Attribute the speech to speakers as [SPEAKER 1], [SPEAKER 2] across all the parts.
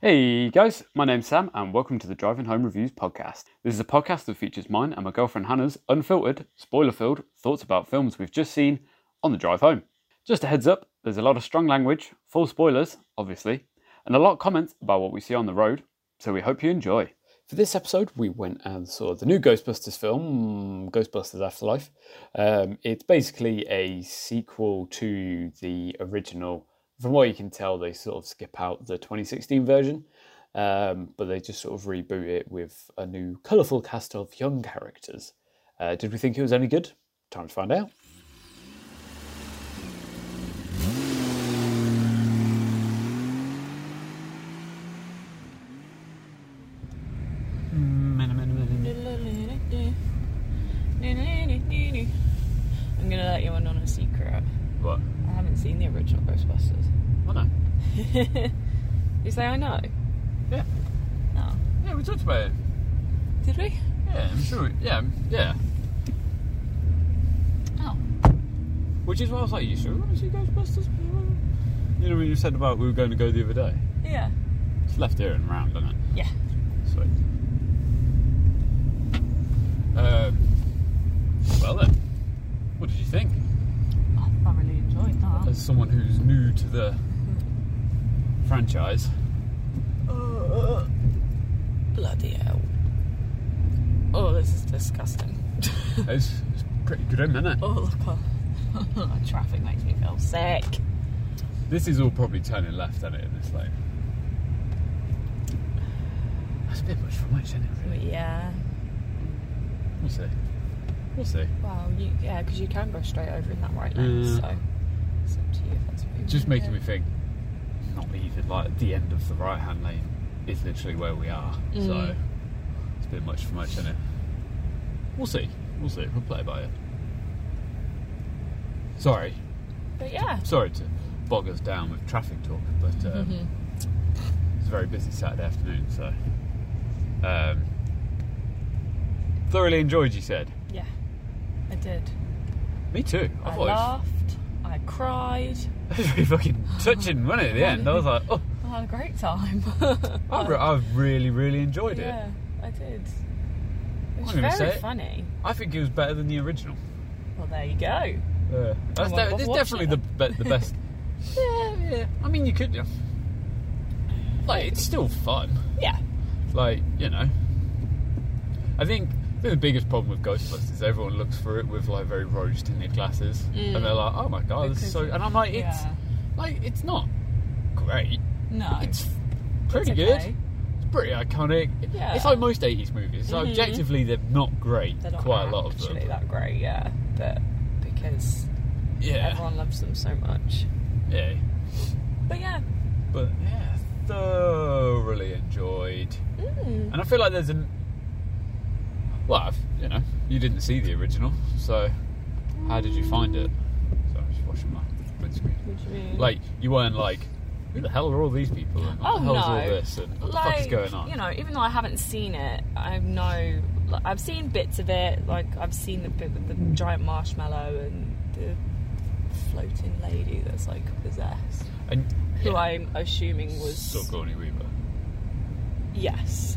[SPEAKER 1] Hey guys, my name's Sam, and welcome to the Driving Home Reviews podcast. This is a podcast that features mine and my girlfriend Hannah's unfiltered, spoiler filled thoughts about films we've just seen on the drive home. Just a heads up, there's a lot of strong language, full spoilers, obviously, and a lot of comments about what we see on the road, so we hope you enjoy. For this episode, we went and saw the new Ghostbusters film, Ghostbusters Afterlife. Um, it's basically a sequel to the original from what you can tell, they sort of skip out the 2016 version, um, but they just sort of reboot it with a new colourful cast of young characters. Uh, did we think it was any good? Time to find out.
[SPEAKER 2] I'm gonna let you in on a secret.
[SPEAKER 1] What?
[SPEAKER 2] I haven't seen the original Ghostbusters.
[SPEAKER 1] Well, no.
[SPEAKER 2] you say I know?
[SPEAKER 1] Yeah.
[SPEAKER 2] No.
[SPEAKER 1] Yeah, we talked about it.
[SPEAKER 2] Did we?
[SPEAKER 1] Yeah, I'm sure. Yeah, yeah.
[SPEAKER 2] Oh.
[SPEAKER 1] Which is why I was like, you sure you want to see Ghostbusters? You know when you said about we were going to go the other day?
[SPEAKER 2] Yeah.
[SPEAKER 1] It's left ear and round, isn't it?
[SPEAKER 2] Yeah.
[SPEAKER 1] Sweet. Um, well then, what did you think?
[SPEAKER 2] Oh, I thoroughly enjoyed that.
[SPEAKER 1] As someone who's new to the franchise,
[SPEAKER 2] Bloody hell. Oh, this is disgusting.
[SPEAKER 1] it's, it's pretty grim, isn't it?
[SPEAKER 2] oh, look. oh, Traffic makes me feel sick.
[SPEAKER 1] This is all probably turning left, isn't it, in this lane? That's a bit much for much, isn't it,
[SPEAKER 2] But
[SPEAKER 1] really?
[SPEAKER 2] yeah.
[SPEAKER 1] We'll see. We'll see.
[SPEAKER 2] Well, you, yeah, because you can go straight over in that right lane,
[SPEAKER 1] Yeah.
[SPEAKER 2] so it's up to you if that's what you
[SPEAKER 1] It's just
[SPEAKER 2] wanna
[SPEAKER 1] making me
[SPEAKER 2] do.
[SPEAKER 1] think, not even like the end of the right hand lane is literally where we are. So
[SPEAKER 2] Mm.
[SPEAKER 1] it's a bit much for much, isn't it? We'll see. We'll see. We'll play by it. Sorry.
[SPEAKER 2] But yeah.
[SPEAKER 1] Sorry to bog us down with traffic talk, but um,
[SPEAKER 2] Mhm.
[SPEAKER 1] it's a very busy Saturday afternoon, so. Um, thoroughly enjoyed, you said.
[SPEAKER 2] Yeah, I did.
[SPEAKER 1] Me too. I,
[SPEAKER 2] I
[SPEAKER 1] thought
[SPEAKER 2] laughed. I cried.
[SPEAKER 1] it was, it was really fucking touching, wasn't it, at the end? I was like, oh,
[SPEAKER 2] I had a great time.
[SPEAKER 1] I, re- I really, really enjoyed it.
[SPEAKER 2] yeah, I did. It was
[SPEAKER 1] I'm gonna
[SPEAKER 2] very
[SPEAKER 1] say it.
[SPEAKER 2] funny.
[SPEAKER 1] I think it was better than the original.
[SPEAKER 2] Well, there you go.
[SPEAKER 1] Yeah. That's
[SPEAKER 2] I won't
[SPEAKER 1] de-
[SPEAKER 2] bother
[SPEAKER 1] it's
[SPEAKER 2] watching
[SPEAKER 1] definitely
[SPEAKER 2] it
[SPEAKER 1] the, be- the best. yeah, yeah. I mean, you could. Yeah. Like, it's still fun.
[SPEAKER 2] Yeah.
[SPEAKER 1] Like, you know. I think, I think the biggest problem with Ghostbusters is everyone looks for it with, like, very rose tinted glasses.
[SPEAKER 2] Mm.
[SPEAKER 1] And they're like, oh my god, this is
[SPEAKER 2] Because-
[SPEAKER 1] so. And I'm like, it's.
[SPEAKER 2] yeah.
[SPEAKER 1] Like, it's not great.
[SPEAKER 2] No.
[SPEAKER 1] It's
[SPEAKER 2] it's
[SPEAKER 1] pretty
[SPEAKER 2] okay.
[SPEAKER 1] good. It's pretty iconic.
[SPEAKER 2] Yeah.
[SPEAKER 1] It's like most 80s movies. So
[SPEAKER 2] Mhm.
[SPEAKER 1] objectively, they're not great.
[SPEAKER 2] They're not
[SPEAKER 1] quite a lot of
[SPEAKER 2] actually
[SPEAKER 1] them.
[SPEAKER 2] that great, yeah. But because
[SPEAKER 1] Yeah.
[SPEAKER 2] everyone loves them so much.
[SPEAKER 1] Yeah.
[SPEAKER 2] But yeah.
[SPEAKER 1] but yeah, thoroughly enjoyed.
[SPEAKER 2] Mm.
[SPEAKER 1] And I feel like there's an well, I've, you know, you didn't see the original, so how did you find it? So I'm just washing my windscreen.
[SPEAKER 2] What do you mean?
[SPEAKER 1] Like you weren't like, who the hell are all these people? And what
[SPEAKER 2] Oh,
[SPEAKER 1] the hell's
[SPEAKER 2] no.
[SPEAKER 1] all this? And what the fuck is going on?
[SPEAKER 2] You know, even though I haven't seen it, I know like, I've seen bits of it. Like I've seen the bit with the giant marshmallow and the floating lady that's like possessed,
[SPEAKER 1] and
[SPEAKER 2] who
[SPEAKER 1] yeah,
[SPEAKER 2] I'm assuming was
[SPEAKER 1] still Gorny Weaver.
[SPEAKER 2] yes.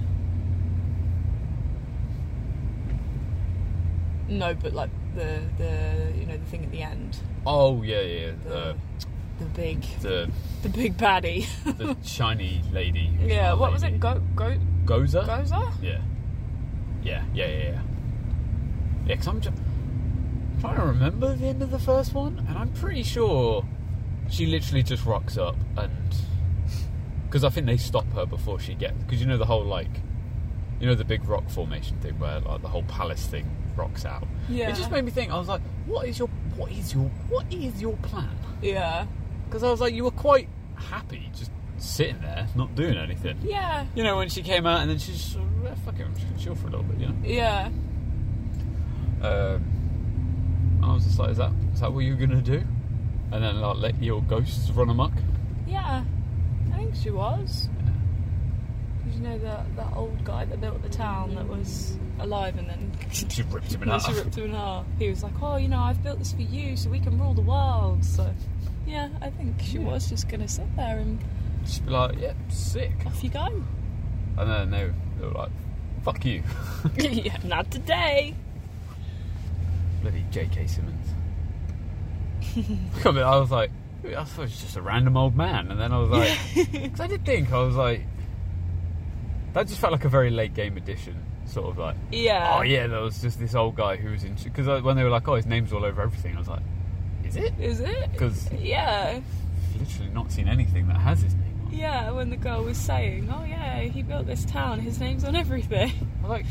[SPEAKER 2] No, but like the the you know the thing at the end,
[SPEAKER 1] Oh yeah, yeah, yeah,
[SPEAKER 2] the the big
[SPEAKER 1] the
[SPEAKER 2] the big baddie.
[SPEAKER 1] the, the shiny lady. who's
[SPEAKER 2] yeah,
[SPEAKER 1] not a
[SPEAKER 2] what was
[SPEAKER 1] lady.
[SPEAKER 2] it? Go go
[SPEAKER 1] Goza.
[SPEAKER 2] Goza?
[SPEAKER 1] Yeah. Yeah, yeah, yeah, yeah. Yeah, because I'm ju- trying to remember the end of the first one, and I'm pretty sure she literally just rocks up and. Because I think they stop her before she gets. Because you know the whole, like. You know the big rock formation thing where like the whole palace thing rocks out.
[SPEAKER 2] Yeah.
[SPEAKER 1] It just made me think. I was like, "What is your, what is your, what is your plan?"
[SPEAKER 2] Yeah.
[SPEAKER 1] Because I was like, "You were quite happy just sitting there, not doing anything."
[SPEAKER 2] Yeah.
[SPEAKER 1] You know, when she came out and then she's just, uh, fuck it, I'm just gonna chill for a little bit, you know?
[SPEAKER 2] Yeah.
[SPEAKER 1] Um, and I was just like, is that, is that what you're gonna do? And then, like, let your ghosts run amok?
[SPEAKER 2] Yeah, I think she was. Because you know that that old guy that built the town that was alive and then
[SPEAKER 1] She ripped him in
[SPEAKER 2] when she
[SPEAKER 1] half.
[SPEAKER 2] ripped him in half. He was like, "Oh, you know, I've built this for you, so we can rule the world." So, yeah, I think she
[SPEAKER 1] Yeah.
[SPEAKER 2] was just gonna sit there and
[SPEAKER 1] Just be like, yep, sick.
[SPEAKER 2] Off you go.
[SPEAKER 1] And then they were, they were like, fuck you.
[SPEAKER 2] yeah, not today.
[SPEAKER 1] Bloody J.K. Simmons. I mean, I was like, I thought it was just a random old man. And then I was like, because I did think, I was like, that just felt like a very late game edition. Sort of like,
[SPEAKER 2] Yeah.
[SPEAKER 1] oh yeah, there was just this old guy who was in. Because when they were like, oh, his name's all over everything, I was like, is it?
[SPEAKER 2] Is it?
[SPEAKER 1] Because
[SPEAKER 2] Yeah.
[SPEAKER 1] I've literally not seen anything that has his name on. it.
[SPEAKER 2] Yeah, when the girl was saying, "Oh yeah, he built this town. His name's on everything."
[SPEAKER 1] I'm like,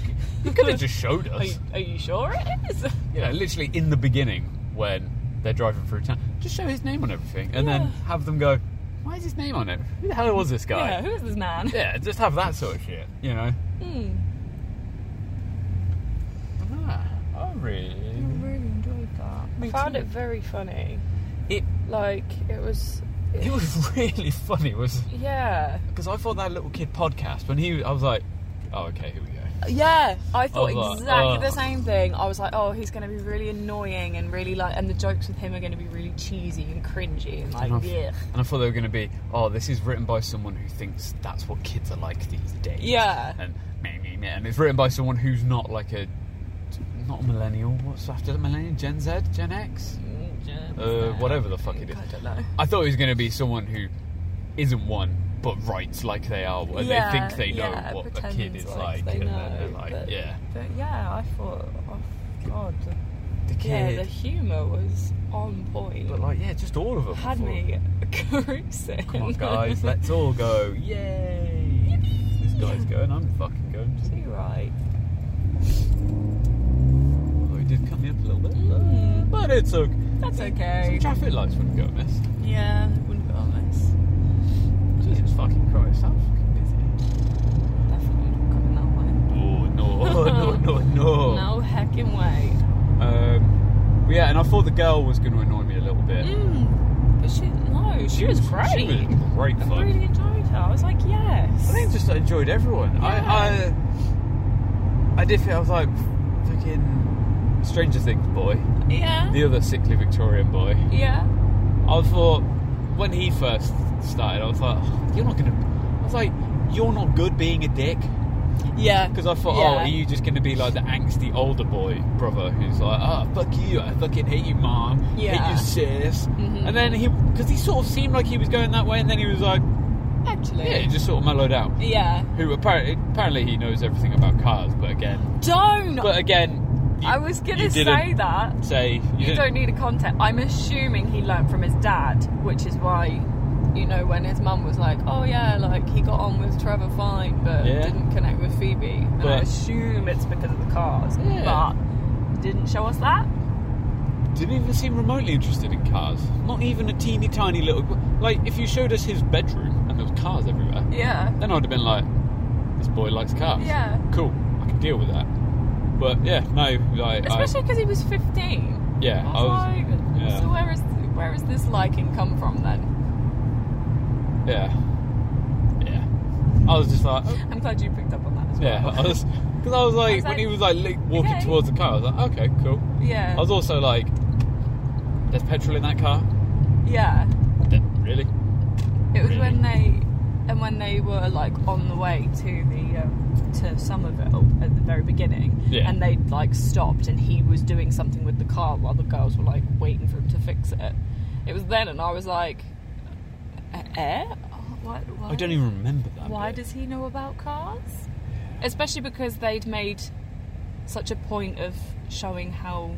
[SPEAKER 1] you could have just showed
[SPEAKER 2] Are you,
[SPEAKER 1] us.
[SPEAKER 2] are you sure it is?
[SPEAKER 1] You know, literally in the beginning when they're driving through town, just show his name on everything, and then
[SPEAKER 2] Yeah.
[SPEAKER 1] have them go, why is his name on it? Who the hell was this guy?
[SPEAKER 2] Yeah, who is this man?
[SPEAKER 1] Yeah, just have that sort of shit, you know.
[SPEAKER 2] Hmm.
[SPEAKER 1] Ah, I really.
[SPEAKER 2] really enjoyed that.
[SPEAKER 1] Me
[SPEAKER 2] I found
[SPEAKER 1] too.
[SPEAKER 2] it very funny.
[SPEAKER 1] It
[SPEAKER 2] Like it was.
[SPEAKER 1] it was really funny, was
[SPEAKER 2] Yeah.
[SPEAKER 1] because I thought that little kid podcast when he, I was like, oh okay, here we go.
[SPEAKER 2] Yeah, I thought
[SPEAKER 1] I was like,
[SPEAKER 2] exactly the
[SPEAKER 1] "Ugh."
[SPEAKER 2] same thing. I was like, "Oh, he's going to be really annoying and really like, and the jokes with him are going to be really cheesy and cringy and like,
[SPEAKER 1] Enough.
[SPEAKER 2] yeah,
[SPEAKER 1] And I thought they were going to be, oh, this is written by someone who thinks that's what kids are like these days.
[SPEAKER 2] Yeah.
[SPEAKER 1] And meh, meh, meh. And it's written by someone who's not like a, not a millennial. What's after the millennial? Gen Z? Gen X? Uh, whatever the fuck it is.
[SPEAKER 2] I don't know.
[SPEAKER 1] I thought it was going to be someone who isn't one, but writes like they are, and
[SPEAKER 2] Yeah,
[SPEAKER 1] they think they know
[SPEAKER 2] yeah,
[SPEAKER 1] what a
[SPEAKER 2] pretends
[SPEAKER 1] kid is
[SPEAKER 2] like
[SPEAKER 1] like.
[SPEAKER 2] they
[SPEAKER 1] and
[SPEAKER 2] know,
[SPEAKER 1] then they're like,
[SPEAKER 2] but-
[SPEAKER 1] yeah.
[SPEAKER 2] But yeah, I thought, oh god, the,
[SPEAKER 1] The
[SPEAKER 2] yeah,
[SPEAKER 1] kid.
[SPEAKER 2] the humour was on point.
[SPEAKER 1] but like, yeah, just all of them.
[SPEAKER 2] Had
[SPEAKER 1] I thought,
[SPEAKER 2] me carousing.
[SPEAKER 1] Come on, guys, let's all go. Yay! This guy's going, I'm fucking going.
[SPEAKER 2] Is he right?
[SPEAKER 1] Although it did cut me up a little bit.
[SPEAKER 2] Mm.
[SPEAKER 1] But it's okay.
[SPEAKER 2] That's
[SPEAKER 1] Some
[SPEAKER 2] okay.
[SPEAKER 1] traffic lights wouldn't go amiss.
[SPEAKER 2] Yeah, wouldn't be honest.
[SPEAKER 1] Jesus fucking Christ, I'm fucking busy.
[SPEAKER 2] Definitely not coming that way.
[SPEAKER 1] Oh, no, no, no, no.
[SPEAKER 2] No heckin' way.
[SPEAKER 1] Um, but yeah, and I thought the girl was going to annoy me a little bit.
[SPEAKER 2] Mm, but she no, she, was, great.
[SPEAKER 1] She was great
[SPEAKER 2] I
[SPEAKER 1] fun.
[SPEAKER 2] really enjoyed her. I was like, yes.
[SPEAKER 1] I think just I enjoyed everyone.
[SPEAKER 2] Yeah.
[SPEAKER 1] I, I, I did feel I was like fucking Stranger Things boy,
[SPEAKER 2] yeah.
[SPEAKER 1] the other sickly Victorian boy.
[SPEAKER 2] yeah.
[SPEAKER 1] I thought when he first started, I was like, "Oh, you're not gonna. I was like, you're not good being a dick.
[SPEAKER 2] Yeah.
[SPEAKER 1] Because I thought, oh,
[SPEAKER 2] Yeah.
[SPEAKER 1] are you just gonna be like the angsty older boy brother who's like, ah, fuck you, I fucking hate you, mom, hate
[SPEAKER 2] Yeah.
[SPEAKER 1] you, sis.
[SPEAKER 2] Mhm.
[SPEAKER 1] And then he, because he sort of seemed like he was going that way, and then he was like,
[SPEAKER 2] Actually.
[SPEAKER 1] yeah, he just sort of mellowed out.
[SPEAKER 2] Yeah.
[SPEAKER 1] Who apparently, apparently he knows everything about cars, but again,
[SPEAKER 2] Don't.
[SPEAKER 1] but again, you-
[SPEAKER 2] I was gonna
[SPEAKER 1] you didn't
[SPEAKER 2] say that.
[SPEAKER 1] Say you,
[SPEAKER 2] You
[SPEAKER 1] didn't-
[SPEAKER 2] don't need a contact. I'm assuming he learnt from his dad, which is why, you know, when his mum was like, "Oh yeah, like he got on with Trevor fine, but
[SPEAKER 1] Yeah.
[SPEAKER 2] didn't connect with Phoebe," and I
[SPEAKER 1] But-
[SPEAKER 2] assume it's because of the cars,
[SPEAKER 1] Yeah.
[SPEAKER 2] but didn't show us that.
[SPEAKER 1] didn't even seem remotely interested in cars. Not even a teeny tiny little. Like, if you showed us his bedroom and there was cars everywhere,
[SPEAKER 2] Yeah.
[SPEAKER 1] then I'd have been like, "This boy likes cars.
[SPEAKER 2] Yeah.
[SPEAKER 1] cool. I can deal with that." But yeah, no, like, I,
[SPEAKER 2] Especially because he was 15.
[SPEAKER 1] yeah,
[SPEAKER 2] I was like,
[SPEAKER 1] yeah.
[SPEAKER 2] so where is where is this liking come from then?
[SPEAKER 1] yeah, yeah. I was just like, oh,
[SPEAKER 2] I'm glad you picked up on that as well.
[SPEAKER 1] yeah, I was because I was like, when he
[SPEAKER 2] like,
[SPEAKER 1] was like li- walking
[SPEAKER 2] okay.
[SPEAKER 1] towards the car, I was like, okay, cool.
[SPEAKER 2] yeah.
[SPEAKER 1] I was also like, "There's petrol in that car."
[SPEAKER 2] yeah.
[SPEAKER 1] Th- Really?
[SPEAKER 2] It was
[SPEAKER 1] Really?
[SPEAKER 2] when they and when they were like on the way to the um, to Somerville at the very beginning,
[SPEAKER 1] Yeah.
[SPEAKER 2] and they would like stopped, and he was doing something with the car while the girls were like waiting for him to fix it. It was then, and I was like, "Eh, Oh, why, why?
[SPEAKER 1] I don't even remember that.
[SPEAKER 2] Why
[SPEAKER 1] bit.
[SPEAKER 2] does he know about cars? Especially because they'd made such a point of showing how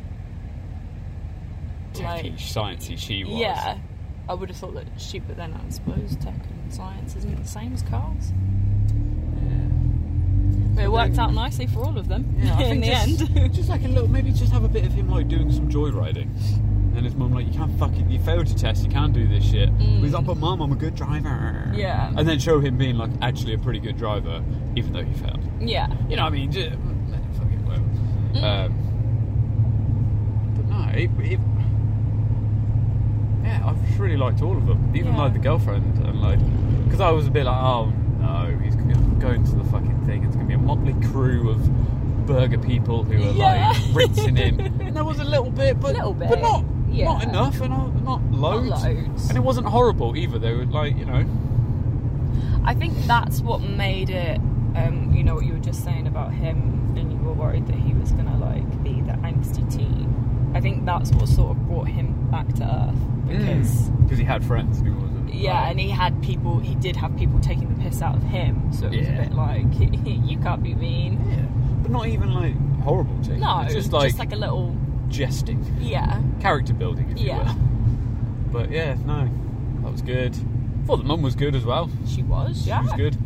[SPEAKER 1] techy,
[SPEAKER 2] like-
[SPEAKER 1] sciencey she was?
[SPEAKER 2] yeah. I would have thought that she, but then I suppose tech and science isn't the same as cars. But it worked out nicely for all of them
[SPEAKER 1] Yeah, I
[SPEAKER 2] in
[SPEAKER 1] think
[SPEAKER 2] the
[SPEAKER 1] just,
[SPEAKER 2] end.
[SPEAKER 1] just like a little, maybe just have a bit of him like doing some joyriding. And his mum like, you can't fucking, you failed your test, you can't do this shit.
[SPEAKER 2] Mm.
[SPEAKER 1] But he's like, but mum, I'm a good driver.
[SPEAKER 2] Yeah.
[SPEAKER 1] And then show him being like actually a pretty good driver, even though he failed.
[SPEAKER 2] yeah,
[SPEAKER 1] You know what I mean? Just, fucking whatever.
[SPEAKER 2] Mm.
[SPEAKER 1] Um, but no, it, it, yeah, I've really liked all of them. Even
[SPEAKER 2] Yeah.
[SPEAKER 1] like the girlfriend and like, because I was a bit like, oh no, he's gonna go into the fucking thing. It's gonna be a motley crew of burger people who are
[SPEAKER 2] Yeah.
[SPEAKER 1] like rinsing him. And there was a little bit, but
[SPEAKER 2] Little bit,
[SPEAKER 1] but not
[SPEAKER 2] yeah.
[SPEAKER 1] not enough, and not, not loads.
[SPEAKER 2] loads.
[SPEAKER 1] And it wasn't horrible either. They were like, you know,
[SPEAKER 2] I think that's what made it. Um, you know what you were just saying about him, and you were worried that he was gonna like be the angsty teen. I think that's what sort of brought him back to earth because
[SPEAKER 1] Because Mm. he had friends and he wasn't.
[SPEAKER 2] yeah,
[SPEAKER 1] like-
[SPEAKER 2] and he had people. He did have people taking the piss out of him, so it was
[SPEAKER 1] Yeah.
[SPEAKER 2] a bit like you can't be mean.
[SPEAKER 1] Yeah, but not even like horrible taking.
[SPEAKER 2] No,
[SPEAKER 1] it's just like,
[SPEAKER 2] just like a little
[SPEAKER 1] jesting,
[SPEAKER 2] yeah.
[SPEAKER 1] character building, if
[SPEAKER 2] Yeah.
[SPEAKER 1] you will. But yeah, no, that was good. Thought the mum was good as well.
[SPEAKER 2] She was, yeah.
[SPEAKER 1] She was good.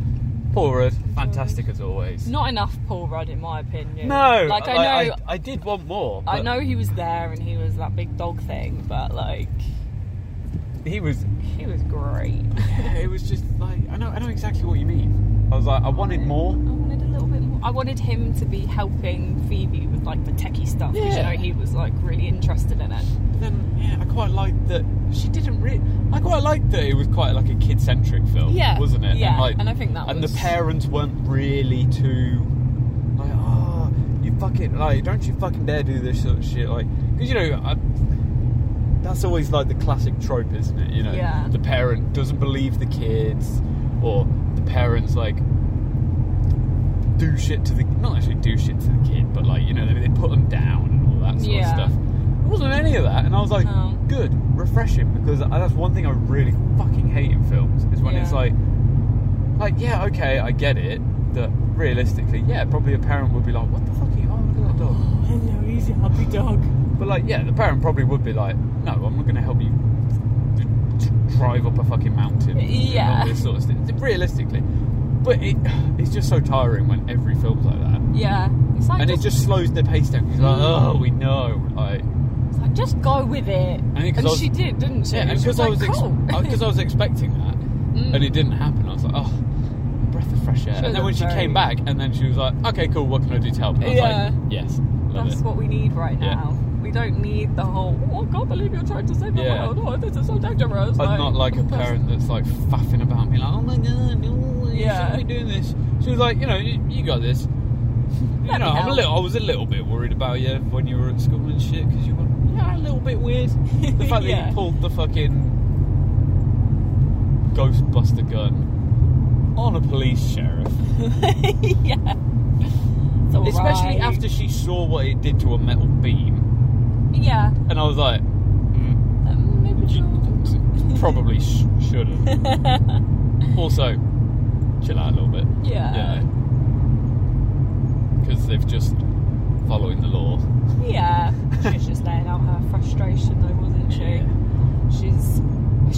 [SPEAKER 1] Paul Rudd, fantastic as always.
[SPEAKER 2] Not enough Paul Rudd, in my opinion.
[SPEAKER 1] No,
[SPEAKER 2] like I know,
[SPEAKER 1] I, did want more.
[SPEAKER 2] I,
[SPEAKER 1] but
[SPEAKER 2] know he was there and he was that big dog thing, but like
[SPEAKER 1] he was.
[SPEAKER 2] he was great.
[SPEAKER 1] Yeah, it was just like I know. I know exactly what you mean. I was like, I wanted more.
[SPEAKER 2] I wanted a little bit more. I wanted him to be helping Phoebe with like the techie stuff. 'cause,
[SPEAKER 1] Yeah.
[SPEAKER 2] You know, he was like really interested in it.
[SPEAKER 1] But then, yeah, I quite liked that she didn't. Re- I quite liked that it was quite like a kid-centric film.
[SPEAKER 2] Yeah,
[SPEAKER 1] Oh, wasn't it?
[SPEAKER 2] Yeah,
[SPEAKER 1] And, like,
[SPEAKER 2] I think that
[SPEAKER 1] and
[SPEAKER 2] was
[SPEAKER 1] the parents weren't really too like, oh, you fucking like, don't you fucking dare do this sort of shit, like, because you know, I, that's always like the classic trope, isn't it? You know,
[SPEAKER 2] Yeah.
[SPEAKER 1] the parent doesn't believe the kids, or the parents like do shit to the not actually do shit to the kid, but like you know they, they put them down and all that sort
[SPEAKER 2] Yeah.
[SPEAKER 1] of stuff. There wasn't any of that, and I was like,
[SPEAKER 2] No.
[SPEAKER 1] good, refreshing, because uh, that's one thing I really fucking hate in films is when it's
[SPEAKER 2] Yeah.
[SPEAKER 1] like like yeah okay i get it that realistically yeah probably a parent would be like what the fuck are you oh look at that dog
[SPEAKER 2] Hello, he's a happy dog.
[SPEAKER 1] but like yeah the parent probably would be like no i'm not going to help you d- d- drive up a fucking mountain and
[SPEAKER 2] Yeah.
[SPEAKER 1] all this sort of stuff realistically but it, it's just so tiring when every film's like that
[SPEAKER 2] Yeah, it's like
[SPEAKER 1] and
[SPEAKER 2] just,
[SPEAKER 1] it just slows their pace down 'cause it's like oh we know like
[SPEAKER 2] it's like, just go with it.
[SPEAKER 1] I think 'cause
[SPEAKER 2] and
[SPEAKER 1] I was-
[SPEAKER 2] she did, didn't she?
[SPEAKER 1] yeah and
[SPEAKER 2] She
[SPEAKER 1] because i was
[SPEAKER 2] like,
[SPEAKER 1] ex-
[SPEAKER 2] cool.
[SPEAKER 1] I- 'cause I was expecting that
[SPEAKER 2] Mm.
[SPEAKER 1] and it didn't happen i was like oh a breath of fresh air
[SPEAKER 2] She
[SPEAKER 1] and then when
[SPEAKER 2] was
[SPEAKER 1] she came
[SPEAKER 2] very-
[SPEAKER 1] back and then she was like okay cool what can i do to help and i was
[SPEAKER 2] Yeah.
[SPEAKER 1] like yes love
[SPEAKER 2] That's
[SPEAKER 1] it
[SPEAKER 2] what we need right
[SPEAKER 1] Yeah.
[SPEAKER 2] now. We don't need the whole. Oh, I can't believe you're trying to save the
[SPEAKER 1] Yeah.
[SPEAKER 2] world. Oh, this is so dangerous.
[SPEAKER 1] I'm not like a parent that's like faffing about me, like, oh my god, no, you
[SPEAKER 2] Yeah.
[SPEAKER 1] shouldn't be doing this. She was like, you know, you, you got this. You
[SPEAKER 2] Let
[SPEAKER 1] know,
[SPEAKER 2] me
[SPEAKER 1] I'm a
[SPEAKER 2] help.
[SPEAKER 1] little, I was a little bit worried about you when you were at school and shit because you were yeah, a little bit weird. The fact that
[SPEAKER 2] Yeah.
[SPEAKER 1] you pulled the fucking Ghostbuster gun on a police sheriff,
[SPEAKER 2] yeah. It's all
[SPEAKER 1] especially
[SPEAKER 2] right.
[SPEAKER 1] after she saw what it did to a metal beam,
[SPEAKER 2] Yeah.
[SPEAKER 1] and I was like, mm,
[SPEAKER 2] Um, maybe
[SPEAKER 1] you
[SPEAKER 2] not.
[SPEAKER 1] probably sh- shouldn't. also, chill out a little bit.
[SPEAKER 2] yeah.
[SPEAKER 1] Yeah. Because they've just following the law.
[SPEAKER 2] Yeah. She's just laying out her frustration, though, wasn't she?
[SPEAKER 1] Yeah.
[SPEAKER 2] She's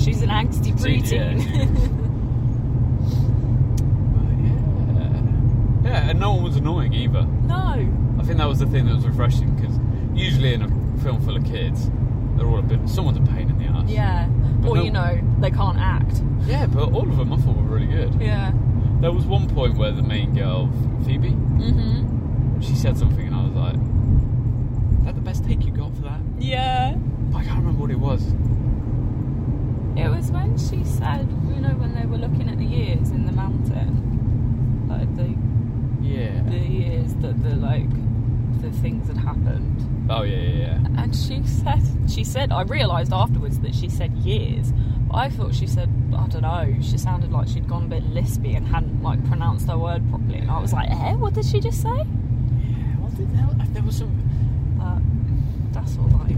[SPEAKER 2] she's an angsty
[SPEAKER 1] She- yeah,
[SPEAKER 2] preteen.
[SPEAKER 1] yeah. yeah, and no one was annoying either.
[SPEAKER 2] no.
[SPEAKER 1] I think that was the thing that was refreshing because usually in a film full of kids, they're all a bit. Someone's a pain in the ass.
[SPEAKER 2] Yeah.
[SPEAKER 1] But
[SPEAKER 2] or
[SPEAKER 1] no-
[SPEAKER 2] you know, they can't act.
[SPEAKER 1] Yeah, but all of them I thought were really good.
[SPEAKER 2] Yeah.
[SPEAKER 1] There was one point where the main girl, Phoebe,
[SPEAKER 2] Mhm.
[SPEAKER 1] she said something and I was like, "Is that the best take you got for that?"
[SPEAKER 2] Yeah.
[SPEAKER 1] I can't remember what it was.
[SPEAKER 2] It was when she said, you know, when they were looking at the years in the mountain, like the
[SPEAKER 1] Yeah.
[SPEAKER 2] the years that the like the things had happened,
[SPEAKER 1] Oh yeah, yeah, yeah.
[SPEAKER 2] and she said, she said, I realised afterwards that she said years. But I thought she said, I don't know. She sounded like she'd gone a bit lispy and hadn't like pronounced her word properly, and I was like, eh, what did she just say?
[SPEAKER 1] What the hell? There was some,
[SPEAKER 2] But that's all I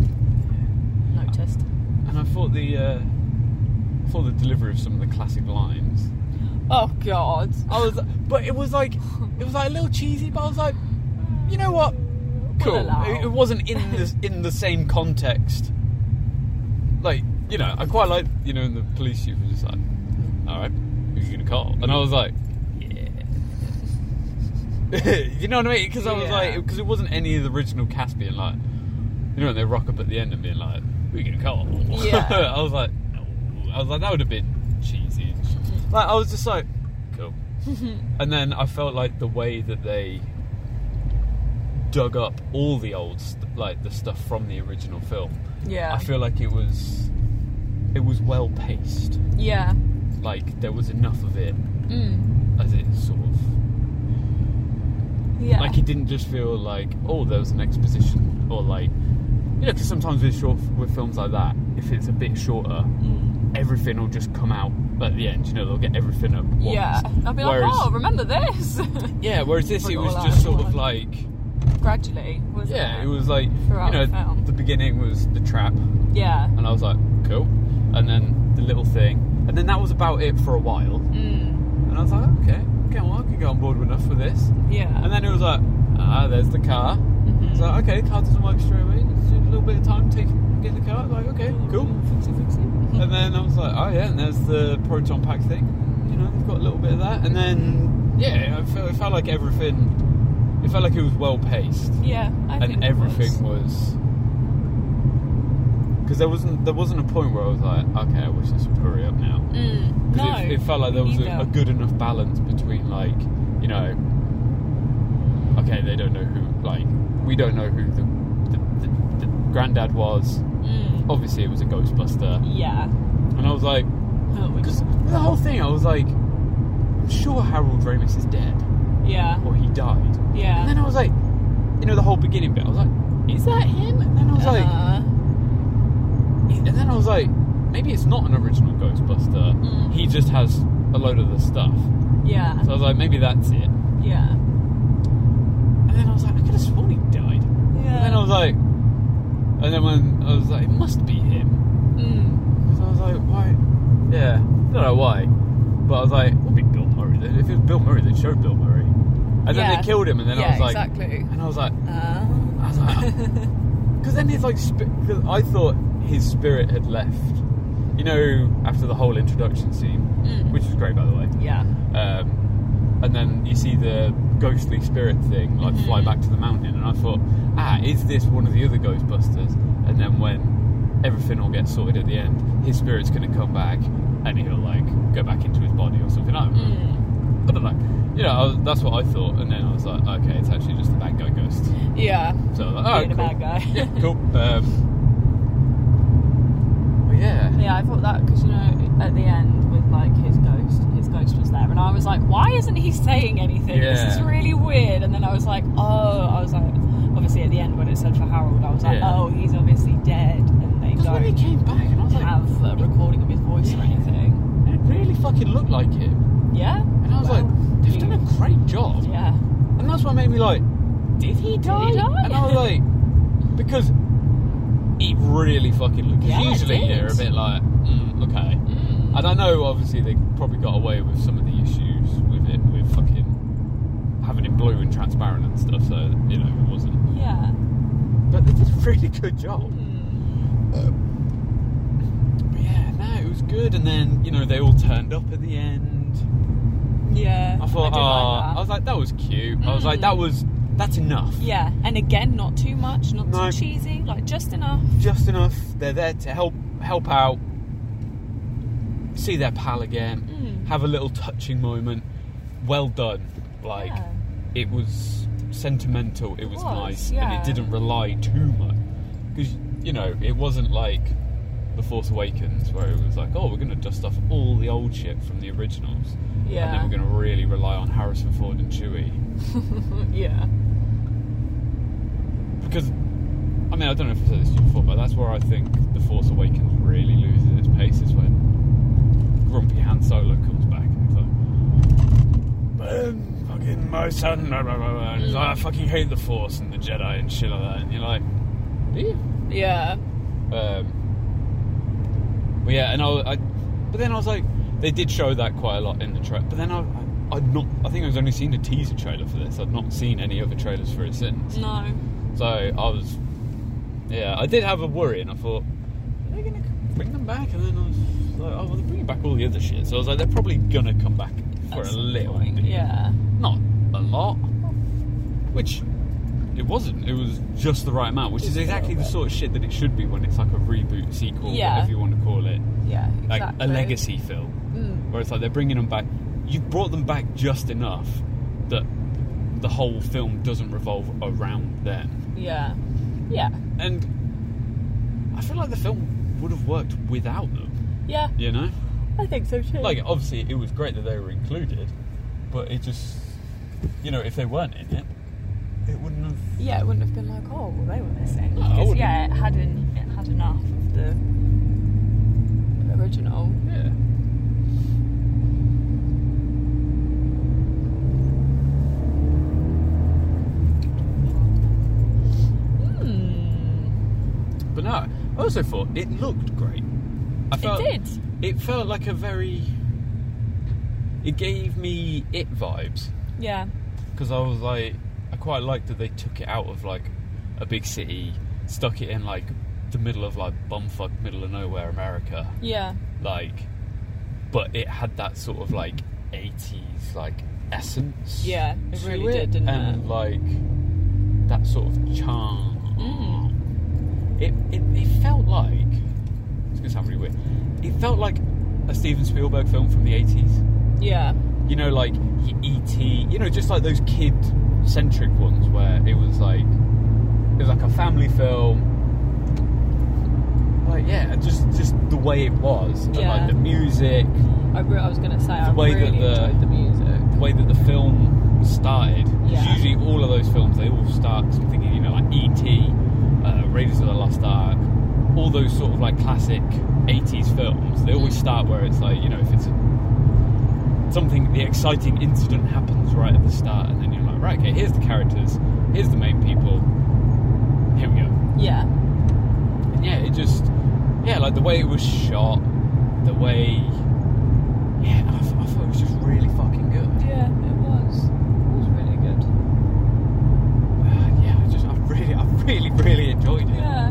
[SPEAKER 2] noticed.
[SPEAKER 1] and I thought the uh, thought the delivery of some of the classic lines.
[SPEAKER 2] Oh God.
[SPEAKER 1] I was, but it was like it was like a little cheesy. But I was like, you know what? Cool.
[SPEAKER 2] allow.
[SPEAKER 1] It, it wasn't in the in the same context. Like you know, I quite like you know, and the police chief was just like, all right, who you gonna call? And I was like, yeah. you know what I mean? Because I was
[SPEAKER 2] Yeah.
[SPEAKER 1] like, because it wasn't any of the original cast being like, you know, when they rock up at the end and being like, who you gonna call?
[SPEAKER 2] Yeah.
[SPEAKER 1] I was like, no. I was like, that would have been cheesy. Like I was just like, cool. And then I felt like the way that they dug up all the old, st- like the stuff from the original film,
[SPEAKER 2] Yeah.
[SPEAKER 1] I feel like it was, it was well paced.
[SPEAKER 2] yeah.
[SPEAKER 1] Like there was enough of it
[SPEAKER 2] Mm.
[SPEAKER 1] as it sort of,
[SPEAKER 2] Yeah.
[SPEAKER 1] like it didn't just feel like oh there was an exposition or like, you know, because sometimes with short with films like that, if it's a bit shorter,
[SPEAKER 2] Mm.
[SPEAKER 1] everything will just come out at the end. You know, they'll get everything at once.
[SPEAKER 2] Yeah. I'll be like,
[SPEAKER 1] Whereas-
[SPEAKER 2] oh, remember this?
[SPEAKER 1] yeah. Whereas this,
[SPEAKER 2] Put
[SPEAKER 1] it
[SPEAKER 2] it
[SPEAKER 1] was
[SPEAKER 2] all out
[SPEAKER 1] just
[SPEAKER 2] at
[SPEAKER 1] sort of
[SPEAKER 2] once.
[SPEAKER 1] like,
[SPEAKER 2] Gradually, wasn't
[SPEAKER 1] yeah,
[SPEAKER 2] it?
[SPEAKER 1] it was like, you
[SPEAKER 2] Throughout
[SPEAKER 1] know,
[SPEAKER 2] the film.
[SPEAKER 1] the beginning was the trap,
[SPEAKER 2] Yeah.
[SPEAKER 1] and I was like, cool, and then the little thing, and then that was about it for a while,
[SPEAKER 2] Mm,
[SPEAKER 1] and I was like, okay, okay, well, I can get on board with enough with this,
[SPEAKER 2] yeah.
[SPEAKER 1] and then it was like, ah, there's the car.
[SPEAKER 2] Mhm.
[SPEAKER 1] It's like, okay, the car doesn't work straight away. It's a little bit of time to take get in the car. Like, okay,
[SPEAKER 2] Mm-hmm.
[SPEAKER 1] cool.
[SPEAKER 2] Fixy, fixy.
[SPEAKER 1] And then I was like, oh yeah, and there's the proton pack thing. You know, we've got a little bit of that. And then, yeah, I felt, it felt like everything, it felt like it was well paced.
[SPEAKER 2] Yeah, I think
[SPEAKER 1] And
[SPEAKER 2] it
[SPEAKER 1] everything
[SPEAKER 2] was.
[SPEAKER 1] was. Because there wasn't there wasn't a point where I was like, okay, I wish this would hurry up now.
[SPEAKER 2] Mm,
[SPEAKER 1] 'Cause
[SPEAKER 2] no,
[SPEAKER 1] it, it felt like there was a,
[SPEAKER 2] neither.
[SPEAKER 1] a good enough balance between like, you know, okay, they don't know who, like, we don't know who the, the, the, the granddad was.
[SPEAKER 2] Mm,
[SPEAKER 1] Obviously, it was a Ghostbuster,
[SPEAKER 2] yeah.
[SPEAKER 1] and I was like, because the whole thing, I was like, I'm sure Harold Ramis is dead
[SPEAKER 2] Yeah.
[SPEAKER 1] or he died. And
[SPEAKER 2] Yeah.
[SPEAKER 1] then I was like, you know, the whole beginning bit, I was like, is that him? And then I was
[SPEAKER 2] Uh,
[SPEAKER 1] like, and then I was like, maybe it's not an original Ghostbuster.
[SPEAKER 2] Mm.
[SPEAKER 1] He just has a load of the stuff.
[SPEAKER 2] yeah.
[SPEAKER 1] So I was like, maybe that's it.
[SPEAKER 2] Yeah.
[SPEAKER 1] And then I was like, I could have sworn he died. And then I
[SPEAKER 2] Yeah.
[SPEAKER 1] was like, and then when I was like, it must be him.
[SPEAKER 2] Mm,
[SPEAKER 1] Because I was like, why? Yeah, I don't know why. But I was like, it would be Bill Murray. Then. If it was Bill Murray, they'd show Bill Murray. And then
[SPEAKER 2] Yeah.
[SPEAKER 1] they killed him, and then I
[SPEAKER 2] yeah,
[SPEAKER 1] was like,
[SPEAKER 2] exactly.
[SPEAKER 1] and I was like,
[SPEAKER 2] Uh,
[SPEAKER 1] I was like, because then his like, spi- cause I thought his spirit had left. You know, after the whole introduction scene,
[SPEAKER 2] Mm.
[SPEAKER 1] which was great, by the way.
[SPEAKER 2] yeah.
[SPEAKER 1] Um, and then you see the ghostly spirit thing like fly
[SPEAKER 2] Mhm.
[SPEAKER 1] back to the mountain, and I thought, ah, is this one of the other Ghostbusters? And then when everything all gets sorted at the end, his spirit's going to come back, and he'll like go back into his body or something. I don't, know.
[SPEAKER 2] Mm,
[SPEAKER 1] I don't know. You know, I was, that's what I thought, and then I was like, okay, it's actually just the bad guy ghost.
[SPEAKER 2] yeah.
[SPEAKER 1] So I was like, oh,
[SPEAKER 2] Being
[SPEAKER 1] cool.
[SPEAKER 2] a bad guy.
[SPEAKER 1] yeah, cool. Um, but yeah,
[SPEAKER 2] Yeah, I thought that because you know at the end with like his ghost, his ghost was there, and I was like, why isn't he saying anything? This is
[SPEAKER 1] Yeah.
[SPEAKER 2] really weird. And then I was like, oh, I was like, obviously at the end when it said for Harold, I was like,
[SPEAKER 1] Yeah.
[SPEAKER 2] oh, he's obviously dead, and they
[SPEAKER 1] because when he
[SPEAKER 2] don't
[SPEAKER 1] came back, and I was like,
[SPEAKER 2] have a recording of his voice or
[SPEAKER 1] Yeah.
[SPEAKER 2] anything.
[SPEAKER 1] it really fucking looked like him.
[SPEAKER 2] Yeah.
[SPEAKER 1] And I was
[SPEAKER 2] Well,
[SPEAKER 1] like, they've done a great job.
[SPEAKER 2] Yeah.
[SPEAKER 1] And that's what made me like, did he die?
[SPEAKER 2] die?
[SPEAKER 1] And I was like, because it really fucking looked.
[SPEAKER 2] Yeah, it
[SPEAKER 1] usually
[SPEAKER 2] did.
[SPEAKER 1] they're a bit like, mm, okay.
[SPEAKER 2] Mm.
[SPEAKER 1] And I know obviously they probably got away with some of the issues with it, with fucking having it blue and transparent and stuff. So you know it wasn't.
[SPEAKER 2] Yeah.
[SPEAKER 1] But they did a really good job. Hmm.
[SPEAKER 2] Mm.
[SPEAKER 1] But yeah, no, it was good. And then you know they all turned up at the end.
[SPEAKER 2] Yeah.
[SPEAKER 1] I thought,
[SPEAKER 2] did
[SPEAKER 1] oh,
[SPEAKER 2] like that.
[SPEAKER 1] I was like, that was cute. I was like,
[SPEAKER 2] Mm.
[SPEAKER 1] that was that's enough.
[SPEAKER 2] yeah, and again, not too much, not
[SPEAKER 1] No.
[SPEAKER 2] too cheesy, like just enough.
[SPEAKER 1] just enough. They're there to help help out, see their pal again,
[SPEAKER 2] Mm.
[SPEAKER 1] have a little touching moment. Well done. Like
[SPEAKER 2] Yeah.
[SPEAKER 1] it was sentimental. It was,
[SPEAKER 2] was,
[SPEAKER 1] nice, and
[SPEAKER 2] yeah.
[SPEAKER 1] it didn't rely too much because you know it wasn't like the Force Awakens where it was like, oh, we're going to dust off all the old shit from the originals, and
[SPEAKER 2] Yeah.
[SPEAKER 1] then we're going to really rely on Harrison Ford and Chewie.
[SPEAKER 2] yeah.
[SPEAKER 1] because I mean I don't know if I've said this to you before, but that's where I think the Force Awakens really loses its pace is when Grumpy Han Solo comes back and he's like, "Burn, fucking my son," blah, blah, blah, blah. And he's like, "I fucking hate the Force and the Jedi and shit like that," and you're like, "Do you?"
[SPEAKER 2] Yeah.
[SPEAKER 1] Um, but yeah, and I, I, but then I was like, they did show that quite a lot in the trailer. But then I, I, I'd not, I think I've only seen a teaser trailer for this. I've not seen any other trailers for it since.
[SPEAKER 2] No.
[SPEAKER 1] So I was, yeah, I did have a worry, and I thought, are they going to bring them back? And then I was like, oh, well, they're bringing back all the other shit. So I was like, they're probably going to come back for
[SPEAKER 2] At
[SPEAKER 1] a
[SPEAKER 2] some
[SPEAKER 1] little
[SPEAKER 2] point,
[SPEAKER 1] bit.
[SPEAKER 2] Yeah.
[SPEAKER 1] Not a lot. Which it wasn't. It was just the right amount, which
[SPEAKER 2] Just
[SPEAKER 1] is
[SPEAKER 2] a little
[SPEAKER 1] exactly the
[SPEAKER 2] bit.
[SPEAKER 1] sort of shit that it should be when it's like a reboot, sequel,
[SPEAKER 2] Yeah.
[SPEAKER 1] whatever you want to call it.
[SPEAKER 2] Yeah. Exactly.
[SPEAKER 1] Like a legacy film
[SPEAKER 2] Mm.
[SPEAKER 1] where it's like they're bringing them back. You've brought them back just enough that the whole film doesn't revolve around them.
[SPEAKER 2] Yeah. Yeah.
[SPEAKER 1] And I feel like the film would have worked without them,
[SPEAKER 2] Yeah.
[SPEAKER 1] you know?
[SPEAKER 2] I think so too.
[SPEAKER 1] Like, obviously, it was great that they were included, but it just, you know, if they weren't in it, it wouldn't have.
[SPEAKER 2] yeah, it wouldn't have been like, oh, well, they were missing.
[SPEAKER 1] No, I
[SPEAKER 2] Because
[SPEAKER 1] wouldn't.
[SPEAKER 2] yeah, it had an, it had enough of the original.
[SPEAKER 1] Yeah.
[SPEAKER 2] Hmm.
[SPEAKER 1] But no, I also thought it looked great. I
[SPEAKER 2] It did.
[SPEAKER 1] It felt like a very. It gave me it vibes
[SPEAKER 2] Yeah.
[SPEAKER 1] because I was like, I quite liked that they took it out of like a big city, stuck it in like the middle of like bumfuck middle of nowhere America,
[SPEAKER 2] Yeah.
[SPEAKER 1] like, but it had that sort of like eighties like essence.
[SPEAKER 2] Yeah, it
[SPEAKER 1] to
[SPEAKER 2] really did, didn't
[SPEAKER 1] and
[SPEAKER 2] it?
[SPEAKER 1] like that sort of charm.
[SPEAKER 2] Mm.
[SPEAKER 1] It, it it felt like it's gonna sound really weird. It felt like a Steven Spielberg film from the eighties.
[SPEAKER 2] Yeah.
[SPEAKER 1] you know, like your ET, you know, just like those kid-centric ones where it was like it was like a family film. Like yeah, just just the way it was, and
[SPEAKER 2] Yeah.
[SPEAKER 1] like the music,
[SPEAKER 2] I, re- I was going to say, I
[SPEAKER 1] way that
[SPEAKER 2] really
[SPEAKER 1] the-
[SPEAKER 2] enjoyed the music.
[SPEAKER 1] the way that the film started. 'Cause
[SPEAKER 2] Yeah.
[SPEAKER 1] Usually, all of those films they all start something, you know, like ET, uh, Raiders of the Lost Ark, all those sort of like classic '80s films. They always start where it's like, you know, if it's a, something, the exciting incident happens right at the start, and then you're like, right, okay, here's the characters, here's the main people, here we go.
[SPEAKER 2] Yeah.
[SPEAKER 1] And yeah, it just yeah, like the way it was shot, the way yeah, I, th- I thought it was just really fucking good.
[SPEAKER 2] Yeah, it was. It was really good.
[SPEAKER 1] Uh, yeah, I just I really, I really, really enjoyed it.
[SPEAKER 2] Yeah. I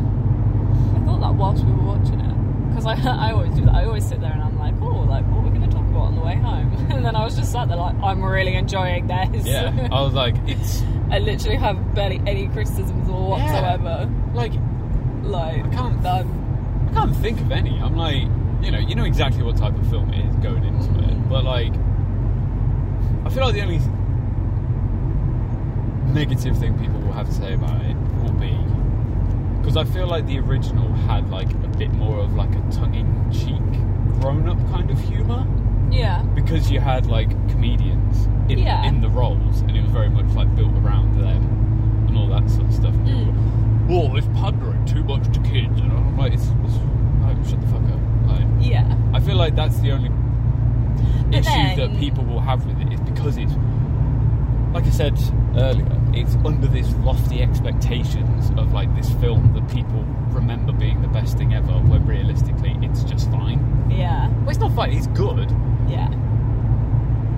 [SPEAKER 2] thought that whilst we were watching it. Because I, I always do that. I always sit there and I'm like, oh, like, what are we going to talk about on the way home? And then I was just sat there like, I'm really enjoying this.
[SPEAKER 1] Yeah, I was like, it's
[SPEAKER 2] I literally have barely any criticisms or
[SPEAKER 1] Yeah.
[SPEAKER 2] whatsoever.
[SPEAKER 1] like
[SPEAKER 2] Like,
[SPEAKER 1] I can't-
[SPEAKER 2] um,
[SPEAKER 1] I can't think of any. I'm like, you know, you know exactly what type of film it is going into it, but like, I feel like the only negative thing people will have to say about it will be because I feel like the original had like a bit more of like a tongue-in-cheek, grown-up kind of humor
[SPEAKER 2] yeah,
[SPEAKER 1] because you had like comedians in,
[SPEAKER 2] Yeah.
[SPEAKER 1] in the roles, and it was very much like built around them and all that sort of stuff.
[SPEAKER 2] Mm.
[SPEAKER 1] Whoa, it's pandering too much to kids, and I'm like, it's, it's like, shut the fuck up. Like,
[SPEAKER 2] yeah,
[SPEAKER 1] I feel like that's the only
[SPEAKER 2] But
[SPEAKER 1] issue that
[SPEAKER 2] then-
[SPEAKER 1] people will have with it is because it's, like I said earlier, it's under this lofty expectations of like this film that people remember being the best thing ever, when realistically it's just fine.
[SPEAKER 2] yeah,
[SPEAKER 1] Well, it's not fine. It's good.
[SPEAKER 2] yeah.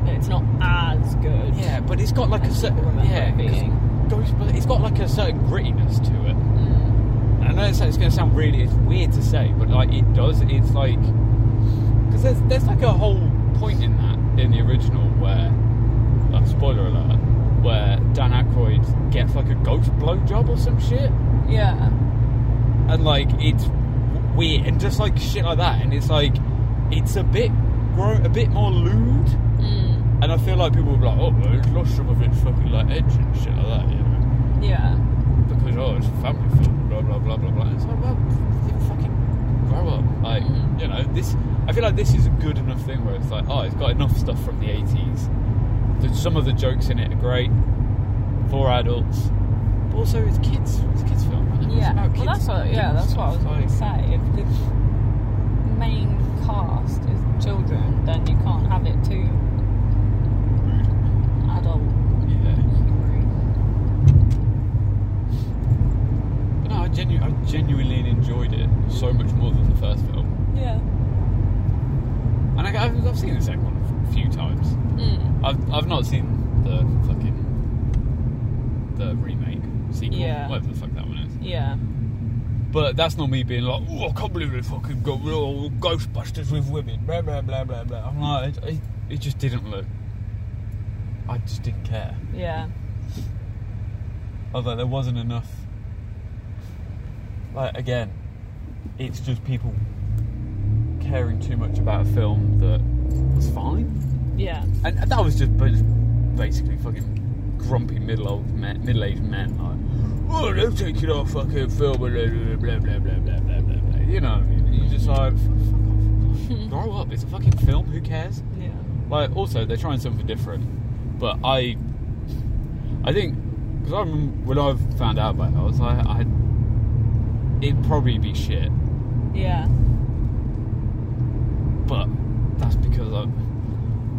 [SPEAKER 2] No, It's not as good.
[SPEAKER 1] Yeah, but it's got like a
[SPEAKER 2] As
[SPEAKER 1] certain
[SPEAKER 2] people remember
[SPEAKER 1] yeah,
[SPEAKER 2] it being.
[SPEAKER 1] 'cause Ghostbusters- it's got like a certain grittiness to it.
[SPEAKER 2] Mm.
[SPEAKER 1] And I know it's, it's going to sound really it's weird to say, but like it does. It's like because there's there's like a whole point in that in the original where uh, spoiler alert where Dan Aykroyd gets like a ghost blowjob or some shit,
[SPEAKER 2] Yeah.
[SPEAKER 1] and like it's weird and just like shit like that, and it's like it's a bit grow a bit more lewd.
[SPEAKER 2] Mm.
[SPEAKER 1] And I feel like people will be like, oh, well, it's lost some of its fucking like edge and shit like that, you know?
[SPEAKER 2] Yeah.
[SPEAKER 1] Because oh, it's a family film, blah blah blah blah blah. It's like, well, you fucking grow up, like
[SPEAKER 2] Mhm.
[SPEAKER 1] you know. This, I feel like this is a good enough thing where it's like, oh, it's got enough stuff from the eighties. Some of the jokes in it are great for adults, but also it's kids. It's a kids film. Isn't it? It's
[SPEAKER 2] Yeah.
[SPEAKER 1] about
[SPEAKER 2] Well,
[SPEAKER 1] kids
[SPEAKER 2] that's what. Yeah,
[SPEAKER 1] doing
[SPEAKER 2] that's what I was
[SPEAKER 1] stuff,
[SPEAKER 2] going to
[SPEAKER 1] like-
[SPEAKER 2] say. If the main cast is children, then you can't have it too adult.
[SPEAKER 1] Yeah. But no, I, genu- I genuinely enjoyed it so much more than the first film.
[SPEAKER 2] Yeah.
[SPEAKER 1] And I, I've, I've seen the second one a few times.
[SPEAKER 2] Mm.
[SPEAKER 1] I've, I've not seen the fucking the remake sequel,
[SPEAKER 2] Yeah.
[SPEAKER 1] whatever the fuck that one is.
[SPEAKER 2] Yeah.
[SPEAKER 1] But that's not me being like, oh, I can't believe they fucking got real Ghostbusters with women, blah blah blah blah blah. I'm like, it, it, it just didn't look. I just didn't care.
[SPEAKER 2] Yeah.
[SPEAKER 1] Although there wasn't enough. Like again, it's just people caring too much about a film that was fine,
[SPEAKER 2] Yeah.
[SPEAKER 1] and that was just ba- basically fucking grumpy middle old men, middle-aged men like, oh, they're taking our fucking film and blah blah blah blah blah blah blah. blah. You know, what I mean? you just like fuck off, grow up. It's a fucking film. Who cares?
[SPEAKER 2] Yeah.
[SPEAKER 1] like also they're trying something different but i i think because i remember when i found out about it i was like i it'd probably be shit
[SPEAKER 2] Yeah.
[SPEAKER 1] but that's because I,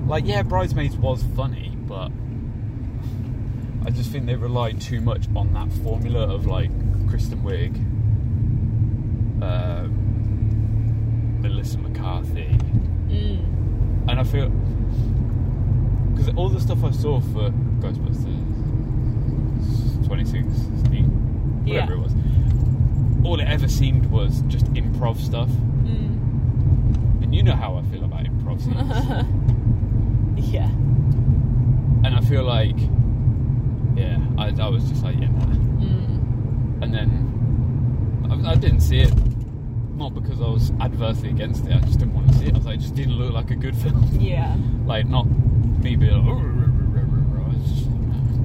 [SPEAKER 1] like, yeah, Bridesmaids was funny, but I just think they relied too much on that formula of like Kristen Wiig, um, Melissa McCarthy,
[SPEAKER 2] Mm.
[SPEAKER 1] and I feel because all the stuff I saw for Ghostbusters 26, whatever
[SPEAKER 2] Yeah.
[SPEAKER 1] it was, all it ever seemed was just improv stuff.
[SPEAKER 2] Mm.
[SPEAKER 1] And you know how I feel about improv scenes.
[SPEAKER 2] yeah.
[SPEAKER 1] and I feel like, yeah, I, I was just like, yeah. nah.
[SPEAKER 2] Mm.
[SPEAKER 1] And then I, I didn't see it, not because I was adversely against it. I just didn't want to see it. I was like, it just didn't look like a good film.
[SPEAKER 2] Yeah.
[SPEAKER 1] like not me being like, "Oh, ruh, ruh, ruh, ruh, ruh." I was just,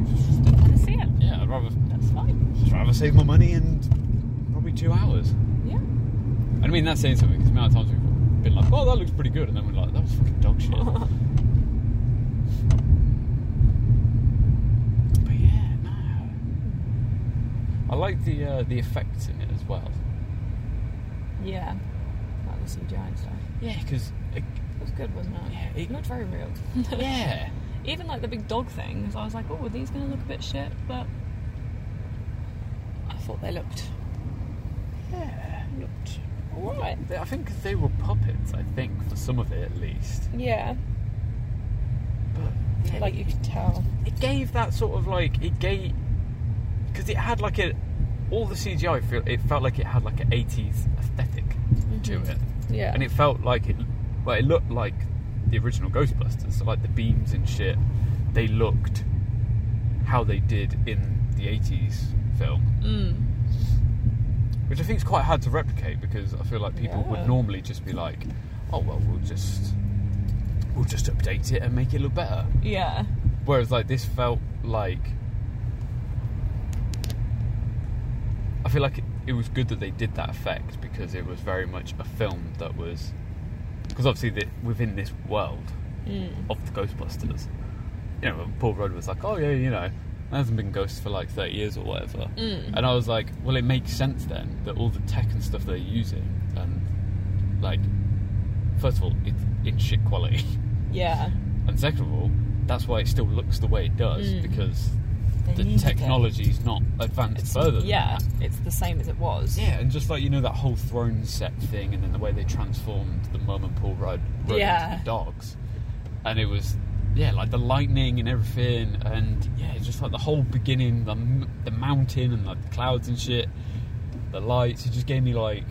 [SPEAKER 2] Just don't want to see it.
[SPEAKER 1] yeah, I'd rather
[SPEAKER 2] That's fine.
[SPEAKER 1] just rather save my money and probably two hours.
[SPEAKER 2] Yeah.
[SPEAKER 1] And I mean that's saying something because the amount of times we've been like, oh, that looks pretty good, and then we're like, that was fucking dog shit. But yeah, no. I like the uh, the effects in it as well.
[SPEAKER 2] yeah. Like the CGI and stuff.
[SPEAKER 1] Yeah, because
[SPEAKER 2] It was good, wasn't it?
[SPEAKER 1] Yeah, it-
[SPEAKER 2] looked very real.
[SPEAKER 1] yeah,
[SPEAKER 2] Even like the big dog things, I was like, oh, are these going to look a bit shit? But I thought they looked
[SPEAKER 1] yeah.
[SPEAKER 2] looked alright.
[SPEAKER 1] I think they were puppets. I think for some of it at least.
[SPEAKER 2] Yeah,
[SPEAKER 1] But yeah,
[SPEAKER 2] like you could tell.
[SPEAKER 1] it gave that sort of like it gave because it had like a all the CGI feel it felt like it had like an 80s esthetic to
[SPEAKER 2] Mhm.
[SPEAKER 1] it,
[SPEAKER 2] Yeah,
[SPEAKER 1] and it felt like it well it looked like the original Ghostbusters, so like the beams and shit, they looked how they did in the 80s film,
[SPEAKER 2] mm.
[SPEAKER 1] which I think is quite hard to replicate because I feel like people
[SPEAKER 2] Yeah.
[SPEAKER 1] would normally just be like, oh well we'll just we'll just update it and make it look better.
[SPEAKER 2] yeah,
[SPEAKER 1] Whereas like this felt like I feel like it, it was good that they did that effect because it was very much a film that was because obviously the, within this world
[SPEAKER 2] mm.
[SPEAKER 1] of the Ghostbusters, you know, when Paul Rudd was like, oh yeah, you know, there hasn't been ghosts for like thirty years or whatever,
[SPEAKER 2] Mm.
[SPEAKER 1] and I was like, well, it makes sense then that all the tech and stuff they're using and like first of all, it's in shit quality.
[SPEAKER 2] yeah.
[SPEAKER 1] And second of all, that's why it still looks the way it does
[SPEAKER 2] Mm.
[SPEAKER 1] because
[SPEAKER 2] They
[SPEAKER 1] the
[SPEAKER 2] needed it.
[SPEAKER 1] technology's not advanced
[SPEAKER 2] It's-
[SPEAKER 1] further. than
[SPEAKER 2] Yeah,
[SPEAKER 1] that.
[SPEAKER 2] it's the same as it was.
[SPEAKER 1] Yeah, and just like you know that whole throne set thing, and then the way they transformed the mum and Paul Rudd Rudd
[SPEAKER 2] Yeah.
[SPEAKER 1] into the dogs, and it was yeah like the lightning and everything, and yeah it's just like the whole beginning, the m- the mountain and like the clouds and shit, the lights. It just gave me like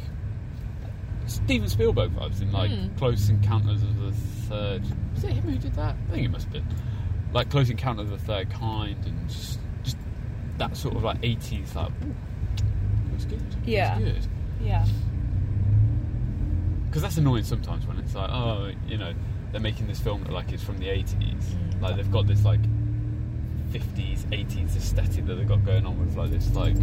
[SPEAKER 1] Steven Spielberg vibes in like
[SPEAKER 2] Mm.
[SPEAKER 1] Close Encounters of the Third. Is it him who did that? I think it must have been like Close Encounter of the Third Kind, and just just that sort of like eighties like. ooh, Looks good. looks
[SPEAKER 2] Yeah.
[SPEAKER 1] good.
[SPEAKER 2] yeah,
[SPEAKER 1] Because that's annoying sometimes when it's like, oh, you know, they're making this film look like it's from the 80s.
[SPEAKER 2] Mm.
[SPEAKER 1] Like they've got this like 50s, 80s aesthetic that they've got going on with like this like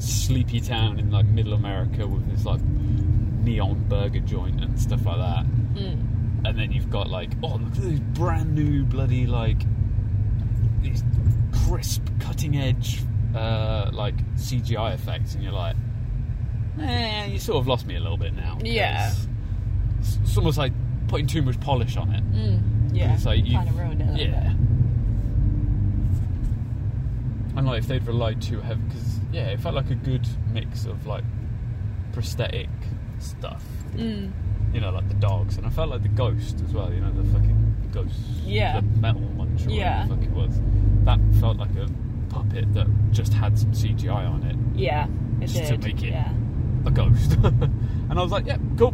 [SPEAKER 1] sleepy town in like middle America with this like neon burger joint and stuff like that.
[SPEAKER 2] mm.
[SPEAKER 1] And then you've got like, oh, look at these brand new bloody like these crisp, cutting edge uh, like CGI effects, and you're like, eh, you sort of lost me a little bit now. 'cause
[SPEAKER 2] Yeah.
[SPEAKER 1] It's, it's almost like putting too much polish on it. 'Cause
[SPEAKER 2] Mm. yeah.
[SPEAKER 1] It's like you
[SPEAKER 2] kind of ruined it. a little
[SPEAKER 1] Yeah. And like if they'd relied too heavy, because yeah, it felt like a good mix of like prosthetic stuff
[SPEAKER 2] bit. Mm.
[SPEAKER 1] you know, like the dogs, and I felt like the ghost as well. You know, the fucking ghost,
[SPEAKER 2] Yeah.
[SPEAKER 1] the metal muncher, yeah.
[SPEAKER 2] Yeah.
[SPEAKER 1] whatever the fuck it was. That felt like a puppet that just had some CGI on it,
[SPEAKER 2] Yeah, it
[SPEAKER 1] Just to
[SPEAKER 2] did.
[SPEAKER 1] make it-
[SPEAKER 2] Yeah,
[SPEAKER 1] a ghost. and I was like, yeah, cool,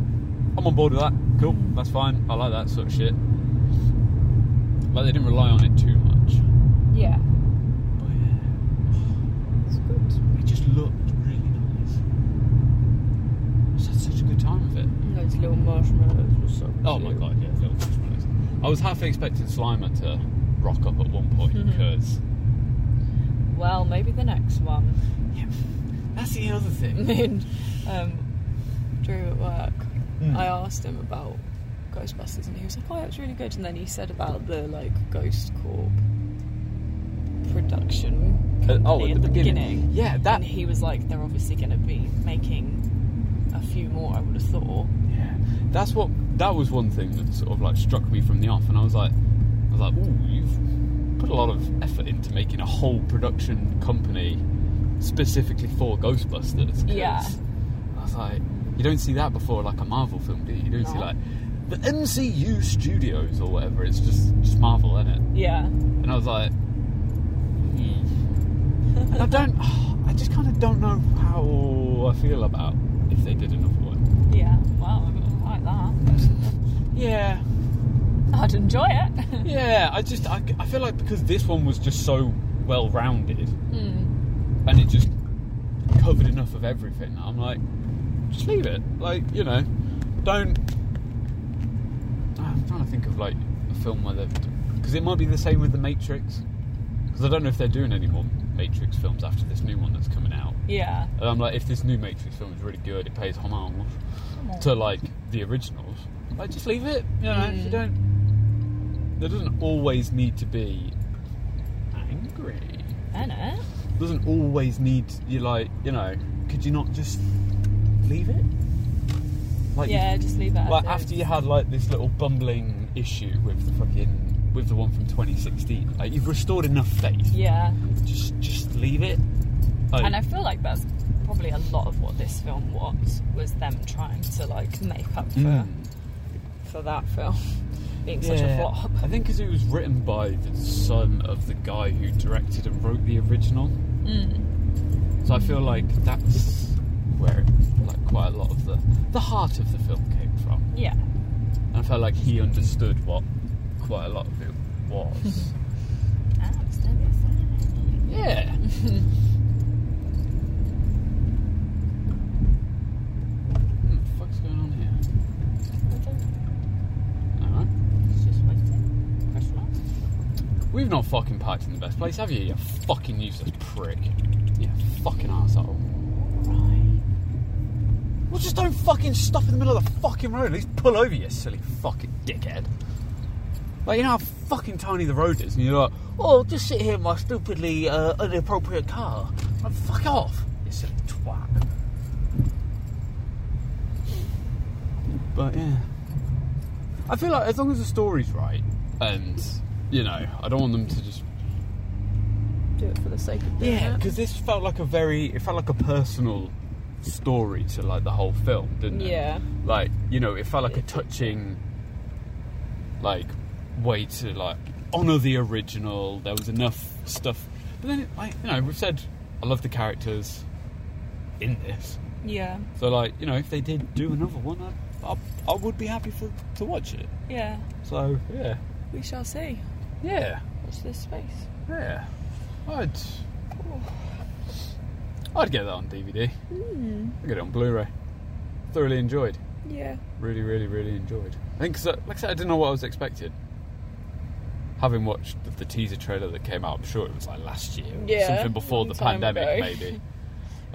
[SPEAKER 1] I'm on board with that. Cool, that's fine. I like that sort of shit. Like they didn't rely on it too much,
[SPEAKER 2] yeah.
[SPEAKER 1] but yeah,
[SPEAKER 2] It's good.
[SPEAKER 1] it just looked really nice. Just had such a good time with it.
[SPEAKER 2] Those little marshmallows were so.
[SPEAKER 1] Oh my
[SPEAKER 2] cute.
[SPEAKER 1] god, yeah, little marshmallows. I was half expecting Slimer to rock up at one point
[SPEAKER 2] Mhm.
[SPEAKER 1] because
[SPEAKER 2] Well, maybe the next one.
[SPEAKER 1] that's the other thing.
[SPEAKER 2] And then um, Drew at work,
[SPEAKER 1] Mm.
[SPEAKER 2] I asked him about Ghostbusters, and he was like, "Oh, it was really good." And then he said about the like Ghost Corp production.
[SPEAKER 1] Uh,
[SPEAKER 2] Company
[SPEAKER 1] oh, at the beginning. Yeah, that.
[SPEAKER 2] and he was like, "They're obviously going to be making a few more, I would have thought.
[SPEAKER 1] Yeah, that's what that was one thing that sort of like struck me from the off, and I was like, I was like, ooh, you've put a lot of effort into making a whole production company specifically for Ghostbusters. 'cause
[SPEAKER 2] Yeah.
[SPEAKER 1] I was like, you don't see that before like a Marvel film, do you? You don't see
[SPEAKER 2] No.
[SPEAKER 1] like the MCU Studios or whatever. It's just just Marvel, is it?
[SPEAKER 2] Yeah.
[SPEAKER 1] And I was like, hmm. And I don't, I just kind of don't know how I feel about if they did another one.
[SPEAKER 2] Yeah. Wow, I don't like that.
[SPEAKER 1] Yeah,
[SPEAKER 2] I'd enjoy it.
[SPEAKER 1] yeah. I just, I, I feel like because this one was just so well rounded
[SPEAKER 2] Hmm.
[SPEAKER 1] and it just covered enough of everything, I'm like, just leave it. Like, you know, don't. Ah, I'm trying to think of like a film where they've. Because it might be the same with The Matrix. Because I don't know if they're doing any more Matrix films after this new one that's coming out.
[SPEAKER 2] Yeah.
[SPEAKER 1] And I'm like, if this new Matrix film is really good, it pays homage to like the originals. Like, just leave it. You know, if you
[SPEAKER 2] Mm.
[SPEAKER 1] don't, there doesn't always need to be angry.
[SPEAKER 2] I know.
[SPEAKER 1] Doesn't always need you like you know. Could you not just leave it? Like, you-
[SPEAKER 2] yeah, just leave that.
[SPEAKER 1] like
[SPEAKER 2] as
[SPEAKER 1] after
[SPEAKER 2] is.
[SPEAKER 1] you had like this little bumbling issue with the fucking with the one from 2016, like you've restored enough faith.
[SPEAKER 2] Yeah.
[SPEAKER 1] Just just leave it. Like,
[SPEAKER 2] And I feel like that's probably a lot of what this film was was them trying to like make up for
[SPEAKER 1] Mm.
[SPEAKER 2] for that film being such a
[SPEAKER 1] Yeah.
[SPEAKER 2] flop.
[SPEAKER 1] I think because it was written by the son of the guy who directed and wrote the original.
[SPEAKER 2] Mm.
[SPEAKER 1] So I feel like that's where it, like quite a lot of the the heart of the film came from.
[SPEAKER 2] Yeah.
[SPEAKER 1] And I felt like he understood what quite a lot of it was.
[SPEAKER 2] Ah, it's gonna be fine.
[SPEAKER 1] yeah. what the fuck's going on here? Alright.
[SPEAKER 2] It's just waiting. Question mark.
[SPEAKER 1] We've not fucking parked in the best place, have you? You fucking useless prick. You fucking asshole.
[SPEAKER 2] Right.
[SPEAKER 1] Well, just don't fucking stop in the middle of the fucking road. At least pull over, you silly fucking dickhead. Like, you know how fucking tiny the road is, and you're like, oh, just sit here in my stupidly uh, inappropriate car. Like, fuck off, you silly twat. But, yeah. I feel like as long as the story's right, and, you know, I don't want them to just
[SPEAKER 2] Do it for the sake of doing
[SPEAKER 1] yeah,
[SPEAKER 2] it.
[SPEAKER 1] because this felt like a very, it felt like a personal story to like the whole film, didn't it?
[SPEAKER 2] Yeah.
[SPEAKER 1] Like you know, it felt like a touching, like way to like honor the original. There was enough stuff, but then like you know, we've said I love the characters in this,
[SPEAKER 2] Yeah.
[SPEAKER 1] so like you know, if they did do another one, I I, I would be happy for to watch it.
[SPEAKER 2] Yeah.
[SPEAKER 1] So yeah,
[SPEAKER 2] We shall see.
[SPEAKER 1] yeah.
[SPEAKER 2] What's this space?
[SPEAKER 1] Yeah, I'd. I'd get that on DVD.
[SPEAKER 2] Hmm.
[SPEAKER 1] I'd get it on Blu-ray. Thoroughly enjoyed.
[SPEAKER 2] Yeah.
[SPEAKER 1] Really, really, really enjoyed. I think, 'cause, uh, like I said, I didn't know what I was expecting. Having watched the, the teaser trailer that came out, I'm sure it was like last year, or
[SPEAKER 2] Yeah,
[SPEAKER 1] something before
[SPEAKER 2] long
[SPEAKER 1] the
[SPEAKER 2] time
[SPEAKER 1] pandemic,
[SPEAKER 2] ago.
[SPEAKER 1] maybe.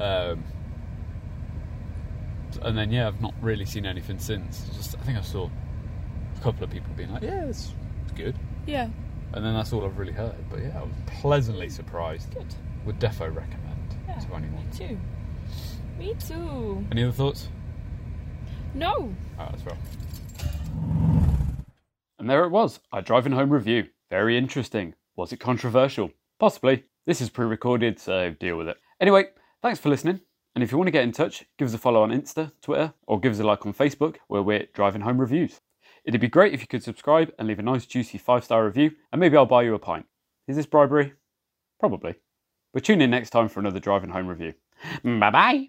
[SPEAKER 1] Um, and then yeah, I've not really seen anything since. Just I think I saw a couple of people being like, "Yeah, it's, it's good."
[SPEAKER 2] Yeah.
[SPEAKER 1] And then that's all I've really heard. But yeah, I was pleasantly surprised.
[SPEAKER 2] Good.
[SPEAKER 1] Would defo recommend
[SPEAKER 2] Yeah.
[SPEAKER 1] to
[SPEAKER 2] Me
[SPEAKER 1] anyone.
[SPEAKER 2] too. Me too.
[SPEAKER 1] Any other thoughts?
[SPEAKER 2] No.
[SPEAKER 1] Alright, that's well.
[SPEAKER 3] And there it was, our driving home review. Very interesting. Was it controversial? Possibly. This is pre recorded, so deal with it. Anyway, thanks for listening. And if you want to get in touch, give us a follow on Insta, Twitter, or give us a like on Facebook, where we're driving home reviews. It'd be great if you could subscribe and leave a nice, juicy five star review, and maybe I'll buy you a pint. Is this bribery? Probably. But tune in next time for another driving home review. Bye bye!